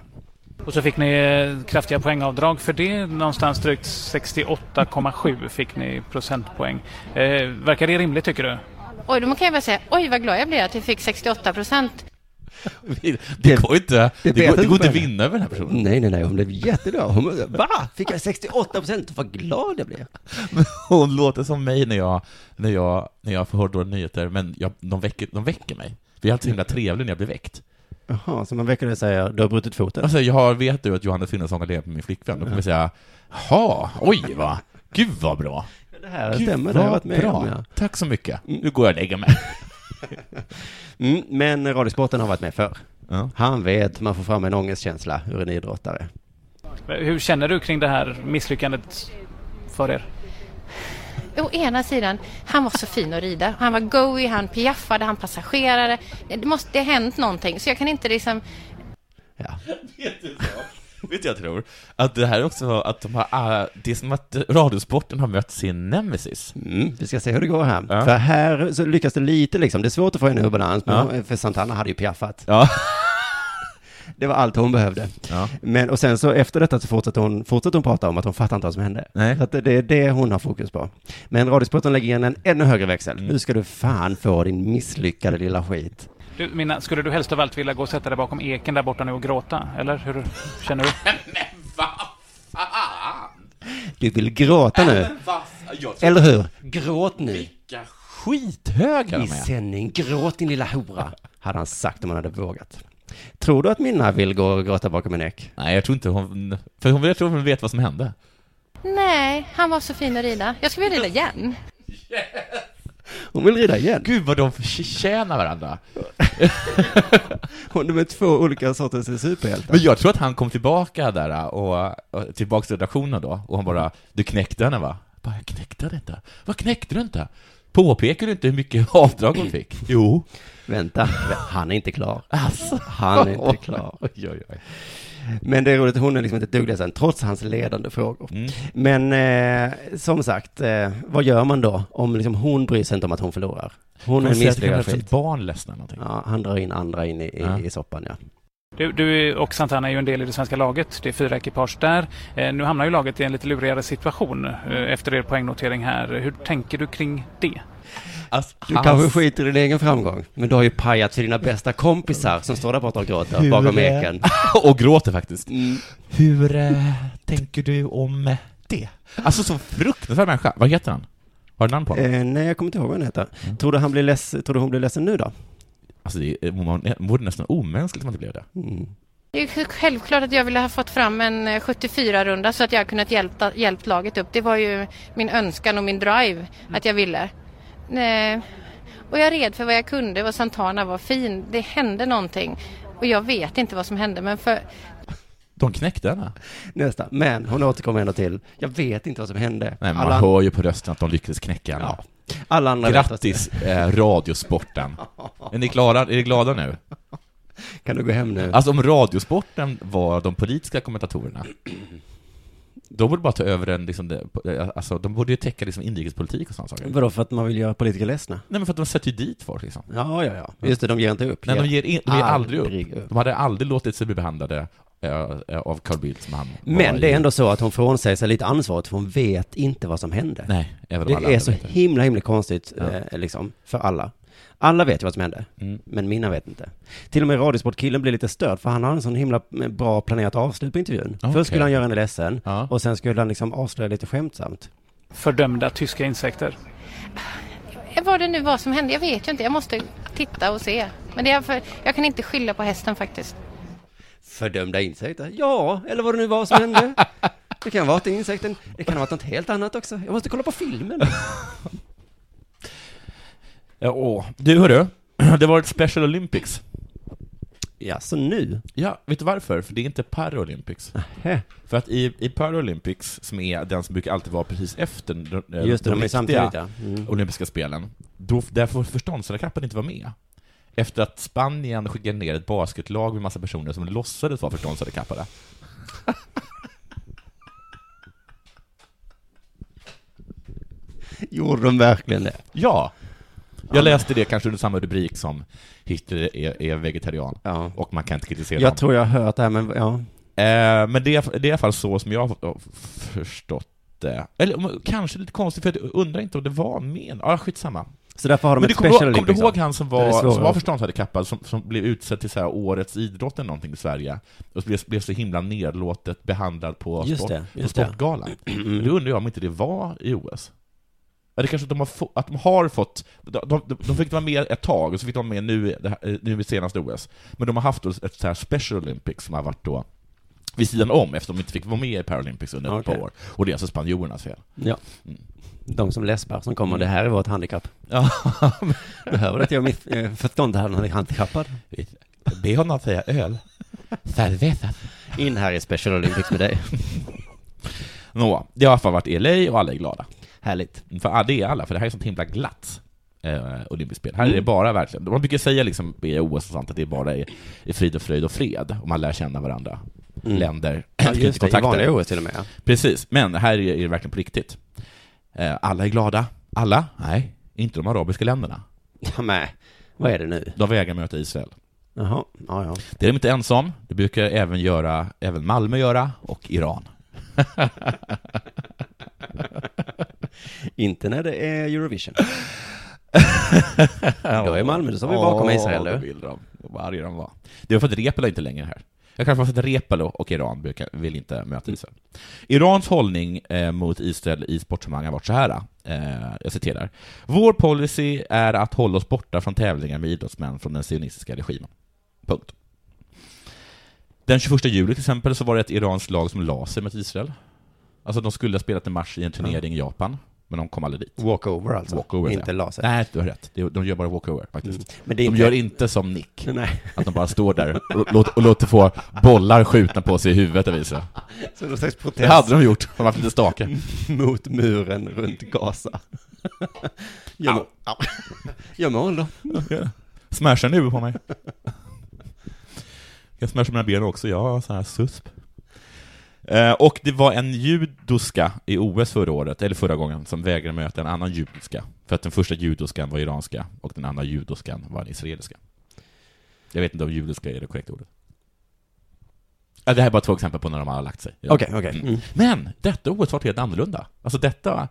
Och så fick ni eh, kraftiga poängavdrag för det. Någonstans drygt 68,7 fick ni procentpoäng. Eh, verkar det rimligt tycker du? Oj, då kan jag väl säga oj vad glad jag blev att jag fick 68 procent. Det går inte, det, vet går, det inte går inte att själv. vinna över den här personen. Nej, nej, nej, hon blev jätteglad. Hon bara, Va? Fick jag 68 procent? Vad glad jag blev. Hon låter som mig när jag, när jag, när jag får höra dåliga nyheter, men jag, de, väcker, de väcker mig. Det är alltid så himla trevligt när jag blir väckt. Jaha, så man väcker dig och säger, du har brutit foten. Alltså, jag har- vet du att Johannes Finnsson har levt med min flickvän? Då kommer jag säga, jaha, oj va, gud vad bra. Det här Gud, stämmer, det vad har jag varit med bra. om, ja. Tack så mycket. Nu går jag och lägger mig. Mm, men Radiosporten har varit med förr. Han vet hur man får fram en ångestkänsla ur en idrottare. Hur känner du kring det här misslyckandet för er? Å ena sidan, han var så fin att rida. Han var goey, han piaffade, han passagerare. Det måste det ha hänt någonting så jag kan inte liksom... Vet du vad? Vet du vad jag tror? Att det här är också att de har, äh, det är som att Radiosporten har mött sin nemesis. Mm, vi ska se hur det går här. För här så lyckas det lite liksom. Det är svårt att få henne ur balans, men för Santana hade ju piaffat. Det var allt hon behövde. Men och sen så efter detta så fortsatte hon, fortsatte hon prata om att hon fattar inte vad som hände. Så att det, det är det hon har fokus på. Men Radiosporten lägger in en ännu högre växel. Nu ska du fan få din misslyckade lilla skit. Du, Minna, skulle du helst av allt vilja gå och sätta dig bakom eken där borta nu och gråta? Eller hur känner du? Du vill gråta nu. Eller hur? Gråt nu. Vilka skithögar I sändning, gråt din lilla hora, hade han sagt om han hade vågat. Tror du att Minna vill gå och gråta bakom en ek? Nej, jag tror inte hon... För hon, jag tror hon vet vad som hände. Nej, han var så fin att rida. Jag skulle vilja rida igen. Hon vill rida igen. Gud vad de förtjänar varandra. Hon är två olika sorters superhjältar. Men jag tror att han kom tillbaka där äh, och, och tillbaka till redaktionen då och han bara, du knäckte henne va? Jag Bara, jag knäckte det inte. Vad knäckte du inte? Påpekar du inte hur mycket avdrag hon fick? Jo. Vänta, han är inte klar. Alltså. Han är inte klar. Oj, oj, oj. Men det är roligt, hon är liksom inte duglig sen, trots hans ledande frågor. Men eh, som sagt, eh, vad gör man då om liksom, hon bryr sig inte om att hon förlorar? Hon är en säger att det kan misslyckad bli ett skit. barn ledsna eller någonting. Ja, han drar in andra in i, i, i soppan, ja. Du, du och Santana är ju en del i det svenska laget. Det är fyra ekipage där. Eh, nu hamnar ju laget i en lite lurigare situation eh, efter er poängnotering här. Hur tänker du kring det? Alltså, Du kanske skiter i din egen framgång, men du har ju pajat för dina bästa kompisar som står där borta och gråter Hur, bakom eh, eken. Mm. och gråter faktiskt. Hur äh, eh, tänker du om det? Alltså så fruktansvärd människa. Vad heter han? Har du namn på honom? Eh, nej, jag kommer inte ihåg vad han heter. Tror, du han blir less, tror du hon blir ledsen nu då? Alltså det är- man vore nästan omänskligt om man inte blev Mm. det. Det är ju självklart att jag ville ha fått fram en 74-runda så att jag kunnat hjälpa, hjälpt laget upp. Det var ju min önskan och min drive att jag ville. Eh, Och jag red för vad jag kunde och Santana var fin. Det hände någonting. Och jag vet inte vad som hände men för... De knäckte henne. Nästa. Men hon återkommer ändå till, jag vet inte vad som hände. Nej, man Alla- hör ju på rösten att de lyckades knäcka henne. Alla andra vet Grattis, eh, Radiosporten. Är ni klara? Är ni glada nu? Kan du gå hem nu? Alltså om Radiosporten var de politiska kommentatorerna, de borde bara ta över den, liksom, det- alltså, de borde ju täcka liksom, inrikespolitik och sådana saker. Vadå, för att man vill göra politiker ledsna? Nej men för att de sätter ju dit folk liksom. Ja, ja, ja. Just det, de ger inte upp. Nej, de ger, in, de ger aldrig, Aldrig upp. De hade aldrig låtit sig bli behandlade eh, eh, av Carl Bildt som han var Men det i. är ändå så att hon frånsäger sig lite ansvaret, för hon vet inte vad som hände. Nej, även om alla Det är andra så vet det. himla, himla konstigt, Ja. Mm. eh, liksom, för alla. Alla vet ju vad som hände, men mina vet inte. Till och med Radiosportkillen blir lite störd, för han har en sån himla eh, bra planerat avslut på intervjun. Okej. Först skulle han göra henne ledsen, och sen skulle han liksom avslöja lite skämtsamt. Fördömda tyska insekter. Eh, Vad det nu var som hände, jag vet ju inte. Jag måste titta och se. Men det är för... jag kan inte skylla på hästen faktiskt. Fördömda insekter? Ja, eller vad det nu var som hände. Det kan ha varit insekten, det kan ha varit något helt annat också. Jag måste kolla på filmen. Ja, åh. Du hörru, det var ett Special Olympics. Ja, så nu? Ja, vet du varför? För det är inte Paralympics. Nähä. För att i, i Paralympics, som är den som brukar alltid vara precis efter de, eh, Just det, de är riktiga samtidigt, ja. Mm. olympiska spelen, då, där får förståndshandikappade inte vara med. Efter att Spanien skickade ner ett basketlag med massa personer som låtsades vara förståndshandikappade. Gjorde de verkligen det? Ja! Jag läste det kanske under samma rubrik som Hitler är, är vegetarian och man kan inte kritisera Jag honom. tror jag har hört det här, men ja. Eh, men det är, det är i alla fall så som jag har förstått det. Eller om- kanske lite konstigt, för jag undrar inte om det var med. Ja, ah, skitsamma. Så därför har de ett men du kommer Special ihåg- Kommer Olympics du ihåg då? han som Det är var, svårare. som var förståndshandikappad, som, som blev utsedd till så här årets idrott eller någonting i Sverige, och blev, blev så himla nedlåtet behandlad på, Just sport, det, på just det. Sportgalan? Mm, Men Då undrar jag om inte det var i OS? Eller kanske att de har, få, att de har fått... De, de, de fick vara med ett tag, och så fick de vara med nu, i det här- nu i senaste OS. Men de har haft ett så här Special Olympics som har varit då vid sidan om, eftersom de inte fick vara med i Paralympics under ett Okej. par år. Och det är alltså spanjorernas fel. Ja. De som läspar som kommer, Mm. det här är vårt handikapp. Ja. Behöver att jag mitt eh, förstånd här när jag är handikappad. Be honom att säga öl. Cerveza. In här i Special Olympics med dig. Nå, det har i alla fall varit i LA och alla är glada. Härligt. För ja, det är alla, för det här är sånt himla glatt eh, olympiskt spel. Här är det Mm. bara verkligen, man brukar säga liksom i OS och sånt att det är bara är, är frid och fröjd och fred, och man lär känna varandra. Mm. Länder, Ja, just det, i kontakter. vanliga OS till och med, ja. Precis, men här är är det verkligen på riktigt. Eh, alla är glada. Alla? Nej, inte de arabiska länderna. Ja, nej. Vad är det nu? De vägrar möta Israel. Jaha, ja, ja. Det är de inte ensam. Det brukar även, göra, även Malmö göra, och Iran. Inte när det är Eurovision. Då är Malmö, då står vi bakom Ja, Israel, det du. vill de. Vad arga de var. Det var för att Repel är inte längre här. Jag kanske för att Repel och Iran brukar- vill inte Mm. möta Israel. Irans hållning eh, mot Israel i sportsammanhang har varit så här. Eh, jag citerar. Vår policy är att hålla oss borta från tävlingar med idrottsmän från den sionistiska regimen. Punkt. Den 21 juli till exempel så var det ett iranskt lag som la sig mot Israel. Alltså de skulle ha spelat en match i en turnering i Japan, men de kom aldrig dit. Walkover alltså? Walkover, Inte ja. la sig. Nej, du har rätt. Det- De gör bara walkover faktiskt. Men det är de inte- gör inte som Nick, Nej. att de bara står där och, låter- och låter få bollar skjutna på sig i huvudet och visa. Så någon slags protest. Det hade de gjort, de hade haft lite stake. Mot muren runt Gaza. Gör mål. Gör mål då. Smasha nu på mig. Jag smashar mina ben också, jag har sån här susp. Eh, Och det var en judoska i OS förra året, eller förra gången, som vägrade möta en annan judiska. För att den första judoskan var iranska och den andra judoskan var en israeliska. Jag vet inte om judiska är det korrekta ordet. Ja, det här är bara två exempel på när de har lagt sig. Okej, okej. Mm. Men detta OS var helt annorlunda. Alltså detta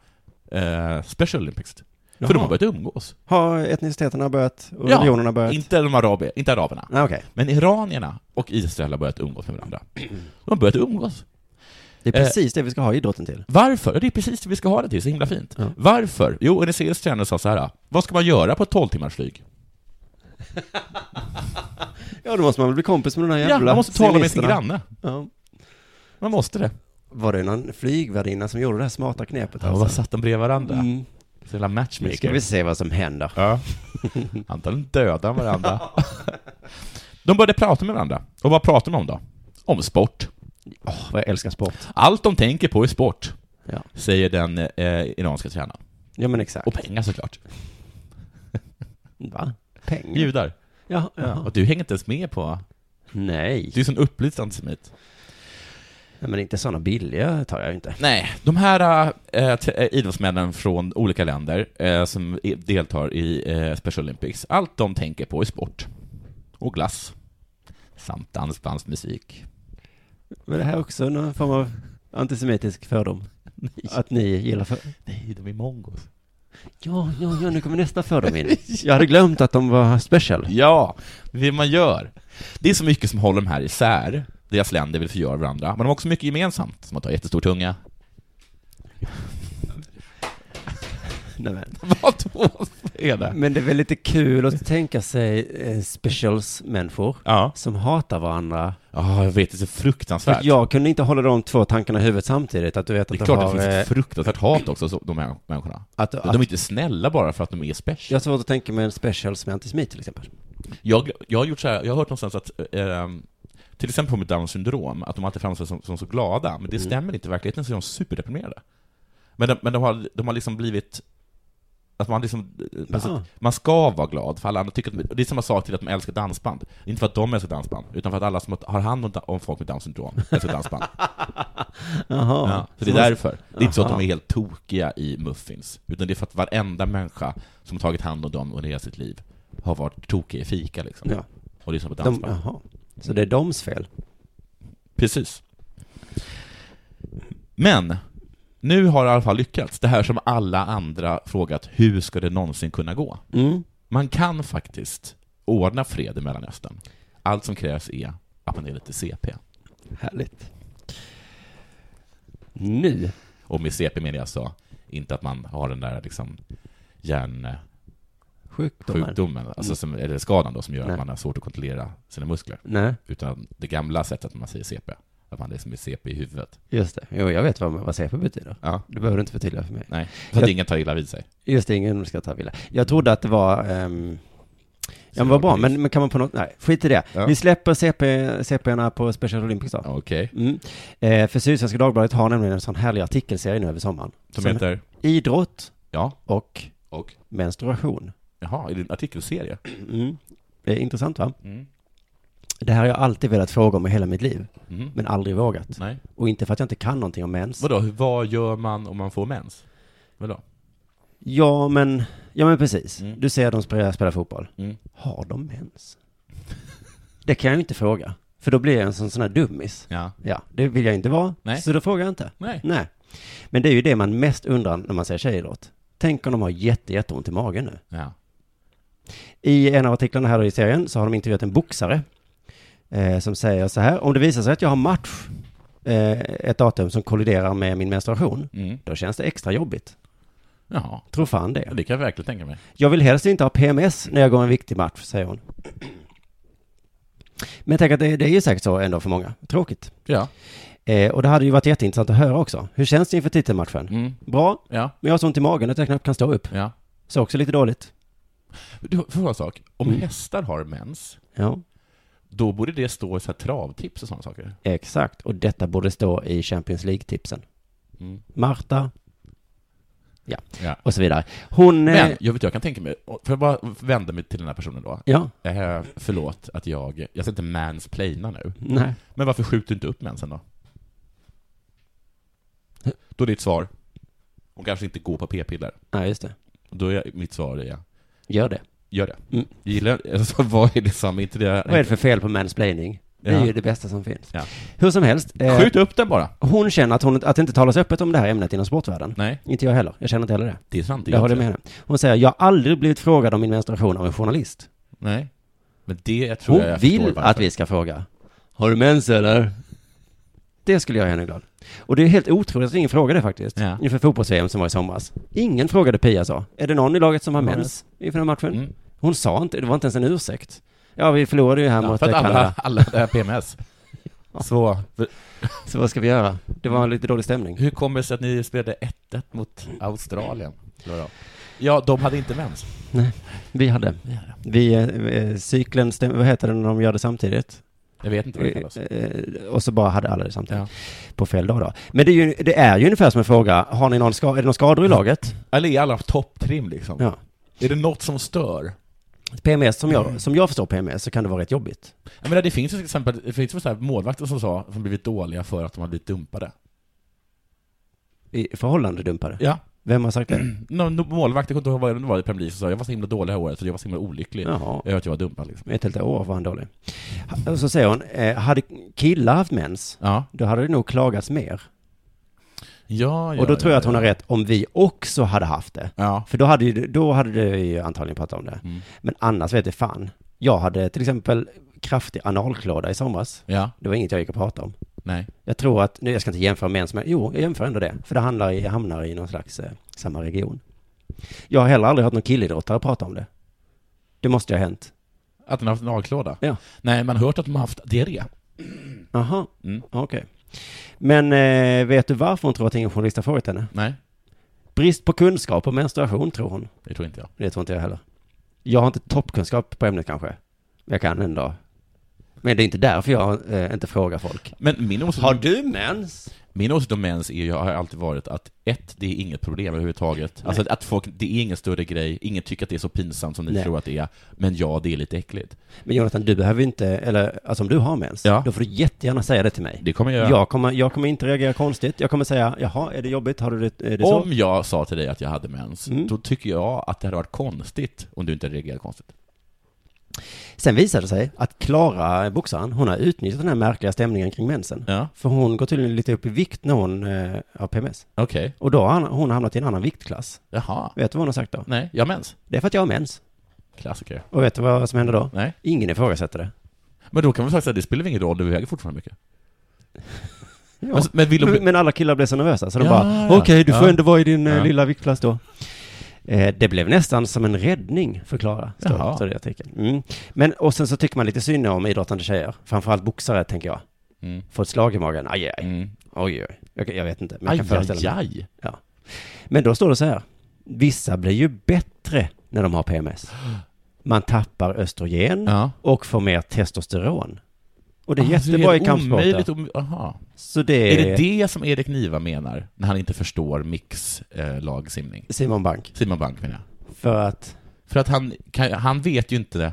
eh, Special Olympics. För de har börjat umgås. Har etniciteterna börjat och religionerna börjat? Inte, de arabi, inte araberna. Ah, okej. Men iranierna och Israel har börjat umgås med varandra. De har börjat umgås. Det är Eh, precis det vi ska ha idrotten till. Varför? Ja, Det är precis det vi ska ha det till, så himla fint. Varför? Jo, en israelisk tränare sa så här, vad ska man göra på ett 12 timmars flyg? Ja, då måste man väl bli kompis med de här Ja, jävla man måste tala med sin sionisterna. granne. Ja. Man måste det. Var det någon flygvärdinna som gjorde det här smarta knepet? alltså? Ja, vad satt de bredvid varandra? Mm. Så jävla matchmaker. Nu ska vi se vad som händer. Ja. Antagligen dödar varandra. De började prata med varandra. Och vad pratar de om då? Om sport. Åh, vad jag älskar sport. Allt de tänker på är sport, Ja. säger den eh, iranska tränaren. Ja, men exakt. Och pengar såklart. Va? Pengar? Mm. Judar. Ja, ja. Och du hänger inte ens med på... Nej. Du är sån upplyst antisemit. Nej, men inte sådana billiga tar jag inte. Nej, de här eh, t- eh, idrottsmännen från olika länder eh, som i- deltar i eh, Special Olympics, allt de tänker på är sport. Och glass. Samt dansbandsmusik. Men det här är också någon form av antisemitisk fördom? Att ni gillar för... Nej, de är mongos. Ja, ja, ja, nu kommer nästa fördom in. Jag hade glömt att de var special. Ja, det är det man gör. Det är så mycket som håller de här isär. Deras länder vill förgöra varandra, men de har också mycket gemensamt. Som att ha jättestor tunga. Nej, men. Vad är det? Men det är väl lite kul att tänka sig eh, specials-människor som hatar varandra. Ja, jag vet, det är så fruktansvärt. För jag kunde inte hålla de två tankarna i huvudet samtidigt, att du vet Det är att klart du att har... det finns eh, ett fruktansvärt hat också, så- de här människorna. Att- de att- är inte snälla bara för att de är special. Jag har svårt att tänka mig en special som är antisemit till exempel. Jag, jag har gjort så här, jag har hört någonstans att, ehm, till exempel med Downs syndrom, att de alltid framställs som, som så glada, men det Mm. stämmer inte. I verkligheten så är de superdeprimerade. Men de, men de, har, de har liksom blivit... Att man, liksom, Ja. man ska vara glad, för alla andra tycker att, Det är samma sak till att de älskar dansband. Inte för att de älskar dansband, utan för att alla som har hand om, da- om folk med Downs syndrom älskar dansband. Jaha. Ja, så Så det är man- därför. Det är inte så att de Jaha. är helt tokiga i muffins, utan det är för att varenda människa som har tagit hand om dem under hela sitt liv har varit tokig i fika liksom. Ja. Och lyssnat De, på dansband. jaha. Så det är doms fel? Precis. Men, nu har det i alla fall lyckats. Det här som alla andra frågat, hur ska det någonsin kunna gå? Man kan faktiskt ordna fred i Mellanöstern. Allt som krävs är att man är lite CP. Härligt. Nu? Och med CP menar jag så, inte att man har den där liksom Sjukdomen. hjärnsjukdomen, alltså Mm. som, eller skadan då, som gör Nej. att man har svårt att kontrollera sina muskler. Nej. Utan det gamla sättet man säger CP, att man liksom är CP i huvudet. Just det. Jo, jag vet vad, vad CP betyder. Ja. Det behöver du inte förtydliga för mig. Nej, så att Jag- ingen tar illa vid sig. Just det, ingen ska ta villa. Jag trodde att det var... ehm, ja, men vad bra, men, men kan man på något... Nej, skit i det. Ja. Vi släpper CP, CP'erna på Special Olympics då. Okej. Mm. Eh, för Sydsvenska Dagbladet har nämligen en sån härlig artikelserie nu över sommaren. Som heter? Idrott Ja. och, Och? menstruation. Jaha, är det en artikelserie? Mm. Det är intressant va? Mm. Det här har jag alltid velat fråga om i hela mitt liv, Mm. men aldrig vågat. Nej. Och inte för att jag inte kan någonting om mens. Vadå, hur- vad gör man om man får mens? Vadå? Ja, men, ja, men precis. Mm. Du säger att de spelar, spelar fotboll. Mm. Har de mens? Det kan jag ju inte fråga, för då blir jag en sån, sån här dummis. Ja. ja. Det vill jag inte vara, Nej. så då frågar jag inte. Nej. Nej. Men det är ju det man mest undrar när man säger tjejidrott. Tänk om de har jätte, jätteont i magen nu. Ja. I en av artiklarna här i serien så har de intervjuat en boxare eh, som säger så här, om det visar sig att jag har match eh, ett datum som kolliderar med min menstruation, Mm. då känns det extra jobbigt. Jaha. Tror fan det. Ja, Det kan jag verkligen tänka mig. Jag vill helst inte ha PMS när jag går en viktig match, säger hon. Men tänk att det, det är ju säkert så ändå för många. Tråkigt. Ja. Eh, och det hade ju varit jätteintressant att höra också. Hur känns det inför titelmatchen? Mm. Bra, Ja. men jag har så ont i magen att jag knappt kan stå upp. Ja. Så också lite dåligt. Du, får jag fråga en sak? Om Mm. hästar har mens, Ja, då borde det stå i så här travtips och sådana saker. exakt. Och detta borde stå i Champions League-tipsen. Mm. Marta, Ja. Ja. och så vidare. Hon... eh, Men jag, vet, jag kan tänka mig, får jag bara vända mig till den här personen då? Ja. Eh, förlåt att jag, jag ska inte mansplaina nu. Nej. Men varför skjuter du inte upp mensen då? Då är ditt svar, hon kanske inte går på p-piller. Ja, just det. Då är jag- mitt svar är ja. Gör det. Gör det. Gillar, alltså, vad är liksom, inte det... Mm. Vad är det för fel på mansplaining? Det är Ja. ju det bästa som finns. Ja. Hur som helst. eh, Skjut upp den bara. Hon känner att, hon, att det inte talas öppet om det här ämnet inom sportvärlden. Nej. Inte jag heller. Jag känner inte heller det. Det är sant, det är Jag håller inte. med henne. Hon säger, jag har aldrig blivit frågad om min menstruation av en journalist. Nej. Men det tror Hon jag jag förstår vill varför. att vi ska fråga. Har du mens eller? Det skulle jag göra henne glad. Och det är helt otroligt att ingen frågade faktiskt. Ja. Inför fotbolls-VM som var i somras. Ingen frågade Pia så. Är det någon i laget som har Ja. mens inför den här matchen? Hon sa inte, det var inte ens en ursäkt. Ja, vi förlorade ju här Ja, mot för att eh, alla, Kanada. alla det här PMS. Så, Så vad ska vi göra? Det var lite dålig stämning. hur kommer det sig att ni spelade 1-1 mot Australien? Då då? Ja, de hade inte mens. Nej, vi hade. Vi Vi, eh, eh, cykeln, stäm, vad heter det när de gör det samtidigt? Jag vet inte vad det kallas. Eh, eh, Och så bara hade alla det samtidigt. På fel dag då. Men det är, ju, det är ju ungefär som en fråga, har ni någon, ska, är det någon skador i Mm. laget? Eller är alla topptrim liksom? eh. Ja. Är det något som stör? PMS, som jag, som jag förstår PMS, så kan det vara rätt jobbigt. Jag menar, det finns ju till exempel det finns ju så här målvakter som sa som blivit dåliga för att de har blivit dumpade. I förhållande dumpade. Ja. Vem har sagt det? Nå- nå- Målvakter, jag kommer inte ihåg vad det var i Premier League, som sa jag var så himla dålig det här året, så jag var så himla olycklig Jaha. över att jag var dumpad. Liksom. Ett helt år var han dålig. Ha- Och så säger hon, eh, hade killar haft mens, Ja. då hade det nog klagats mer. Ja, ja, och då tror jag att ja, hon har ja. rätt om vi också hade haft det. Ja. För då hade, ju, då hade du ju antagligen pratat om det. Mm. Men annars vet jag fan. Jag hade till exempel kraftig analklåda i somras. Ja. Det var inget jag gick och pratade om. Nej. Jag tror att, nu jag ska inte jämföra med ens, men jo, jag jämför ändå det. För det handlar i, hamnar i någon slags eh, samma region. Jag har heller aldrig hört någon killidrottare prata om det. Det måste ju ha hänt. Att den har haft en avklåda? Ja. Nej, man har hört att de har haft diarré. Jaha, okej. Men eh, vet du varför hon tror att ingen journalist har frågat henne? Nej. Brist på kunskap om menstruation tror hon. Det tror inte jag. Det tror inte jag heller. Jag har inte toppkunskap på ämnet kanske. Jag kan en dag. Men det är inte därför jag eh, inte frågar folk. Men min åsikt... Har du mens? Min åsikt om mens är ju, har alltid varit att ett, det är inget problem överhuvudtaget. Alltså att, att folk, det är ingen större grej, ingen tycker att det är så pinsamt som ni Nej. tror att det är. Men ja, det är lite äckligt. Men Jonathan, du behöver ju inte, eller alltså om du har mens, då får du jättegärna säga det till mig. Det kommer jag göra. Jag kommer, jag kommer inte reagera konstigt. Jag kommer säga, jaha, är det jobbigt? Har du det, är det så? Mm. Om jag sa till dig att jag hade mens, då tycker jag att det hade varit konstigt om du inte reagerade konstigt. Sen visade det sig att Klara, boxaren, hon har utnyttjat den här märkliga stämningen kring mensen. För hon går tydligen lite upp i vikt när hon eh, har PMS. Okej. Och då har han- hon hamnat i en annan viktklass. Jaha. Vet du vad hon har sagt då? Nej, jag har mens. Det är för att jag har mens. Klassiker. Och vet du vad som händer då? Nej. Ingen ifrågasätter det. Men då kan man faktiskt säga att det spelar väl ingen roll, du väger fortfarande mycket. Ja. Alltså, Men, men vill de... men alla killar blev så nervösa så de Ja, bara, ja. okej du får Ja. ändå vara i din eh, Ja. lilla viktklass då. Eh, det blev nästan som en räddning för Klara, står Jaha. står det i artikeln. Mm. Men, och sen så tycker man lite synd om idrottande tjejer, framförallt boxare tänker jag. Mm. Får ett slag i magen, aj, aj. Oj, oj. Jag, jag vet inte, men jag kan Aj, föreställa aj, mig. aj. Ja. Men då står det så här, vissa blir ju bättre när de har PMS. Man tappar östrogen Ja. och får mer testosteron. Och det är Ah, så jättebra i helt omöjligt kampsporter. om- Aha. Så det Är det det som Erik Niva menar, när han inte förstår mixlagsimning? Simon Bank. Simon Bank menar jag. För att? För att han, kan, han vet ju inte det,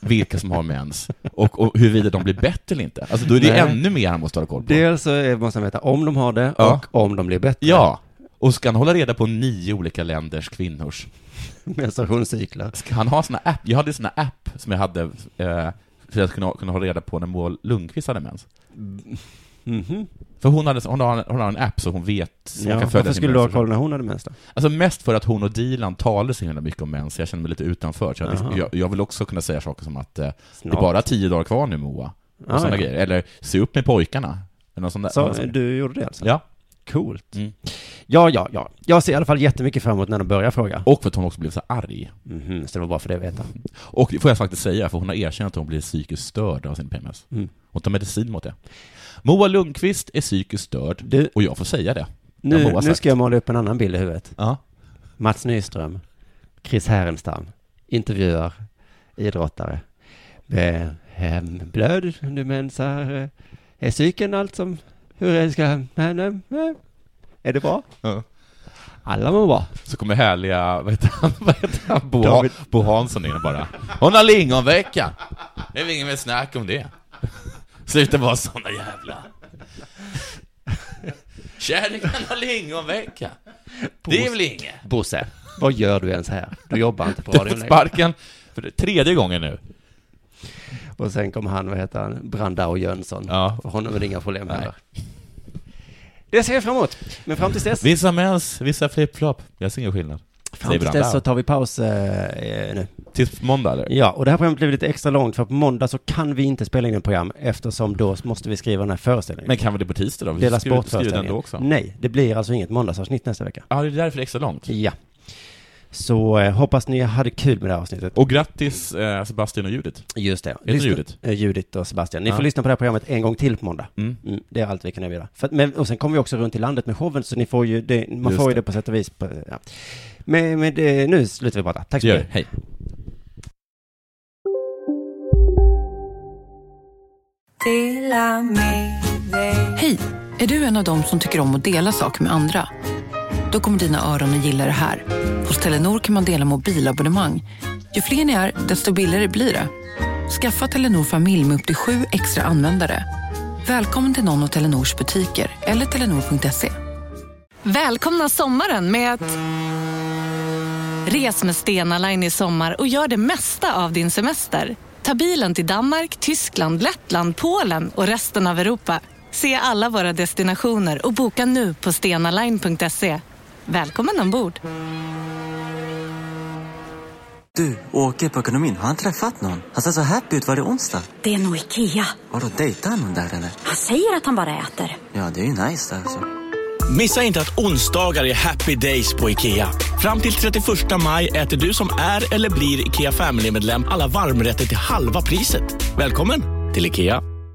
vilka som har mens och, och huruvida de blir bättre eller inte. Alltså då är det Nej. ännu mer han måste ha koll på. Dels så är- måste man veta om de har det Ja. och om de blir bättre. Ja, och ska han hålla reda på nio olika länders kvinnors menstruationscykler? Ska han ha såna app? Jag hade såna app som jag hade eh, för att kunna, kunna ha reda på när Moa Lundqvist hade mens. Mhm. För hon, hade, hon, har, hon har en app så hon vet, hon Ja, kan varför följa sin skulle du ha mens. koll när hon hade mens då? Alltså mest för att hon och Dilan talade så himla mycket om mens, så jag kände mig lite utanför. Så Jaha. jag, jag, jag vill också kunna säga saker som att eh, det Snart. är bara tio dagar kvar nu Moa, och Ah, såna ja. grejer. Eller se upp med pojkarna. Eller något sånt där. Så Något sånt. du gjorde det alltså? Ja. Mm. Coolt. Ja, ja, ja. Jag ser i alla fall jättemycket fram emot när de börjar fråga. Och för att hon också blev så arg. Mhm, så det var bara för det att veta. Och det får jag faktiskt säga, för hon har erkänt att hon blir psykiskt störd av sin PMS. Mm. Hon tar medicin mot det. Moa Lundqvist är psykiskt störd, och jag får säga det. Nu, Moa har nu sagt. ska jag måla upp en annan bild i huvudet. Ja. Mats Nyström, Chris Härenstam, intervjuar idrottare. Eh, hem, blöd, du mensar, eh, är cykeln allt som, hur är det ska, nej, nej, nej. är det Eh, bra? Ja. Alla mår bra. Så kommer härliga, vad heter han, vad heter han? Bo, Bo Hansson in och bara Hon har lingonvecka! Det är väl inget mer snack om det. Sluta vara såna jävla... Kärleken har lingonvecka! Det är väl inget? Bosse, vad gör du ens här? Du jobbar inte på Du radion får sparken för det- tredje gången nu. Och sen kom han, vad heter han, Brandao Jönsson. För honom är det inga problem heller. Det ser vi fram emot. Men fram tills dess. Vissa mens, vissa flip-flop. Jag ser ingen skillnad. Fram tills dess så tar vi paus eh, nu. Tills måndag eller? Ja, och det här programmet blev lite extra långt för på måndag så kan vi inte spela in ett program eftersom då måste vi skriva den här föreställningen. Men kan vi det på tisdag då? Vi Dela skriver- sport skriver den då också. Nej, det blir alltså inget måndagsavsnitt nästa vecka. Ja, det är därför det är extra långt. Ja. Så eh, hoppas ni hade kul med det här avsnittet. Och grattis eh, Sebastian och Judith. Just det. Heter Lyssna- Judith? eh, Judith och Sebastian. Ni Ja. får lyssna på det här programmet en gång till på måndag. Mm. det är allt vi kan erbjuda. För, att- men, och sen kommer vi också runt i landet med showen, så ni får ju det, man Just får ju det. det på sätt och vis. På, ja. men, men det, nu slutar vi prata. Tack så Det gör mycket. vi. Hej. Hej! Är du en av dem som tycker om att dela saker med andra? Då kommer dina öron att gilla det här. Hos Telenor kan man dela mobilabonnemang. Ju fler ni är, desto billigare blir det. Skaffa Telenor familj med upp till sju extra användare. Välkommen till någon av Telenors butiker eller telenor.se. Välkomna sommaren med att... Res med Stena Line i sommar och gör det mesta av din semester. Ta bilen till Danmark, Tyskland, Lettland, Polen och resten av Europa. Se alla våra destinationer och boka nu på stenaline.se. Välkommen ombord! Du, åker på ekonomin. Har han träffat någon? Han ser så happy ut. Var det onsdag? Det är nog Ikea. Vadå, dejtar han någon där eller? Han säger att han bara äter. Ja, det är ju nice alltså. Missa inte att onsdagar är happy days på IKEA. Fram till 31 maj äter du som är eller blir IKEA Family-medlem alla varmrätter till halva priset. Välkommen till IKEA!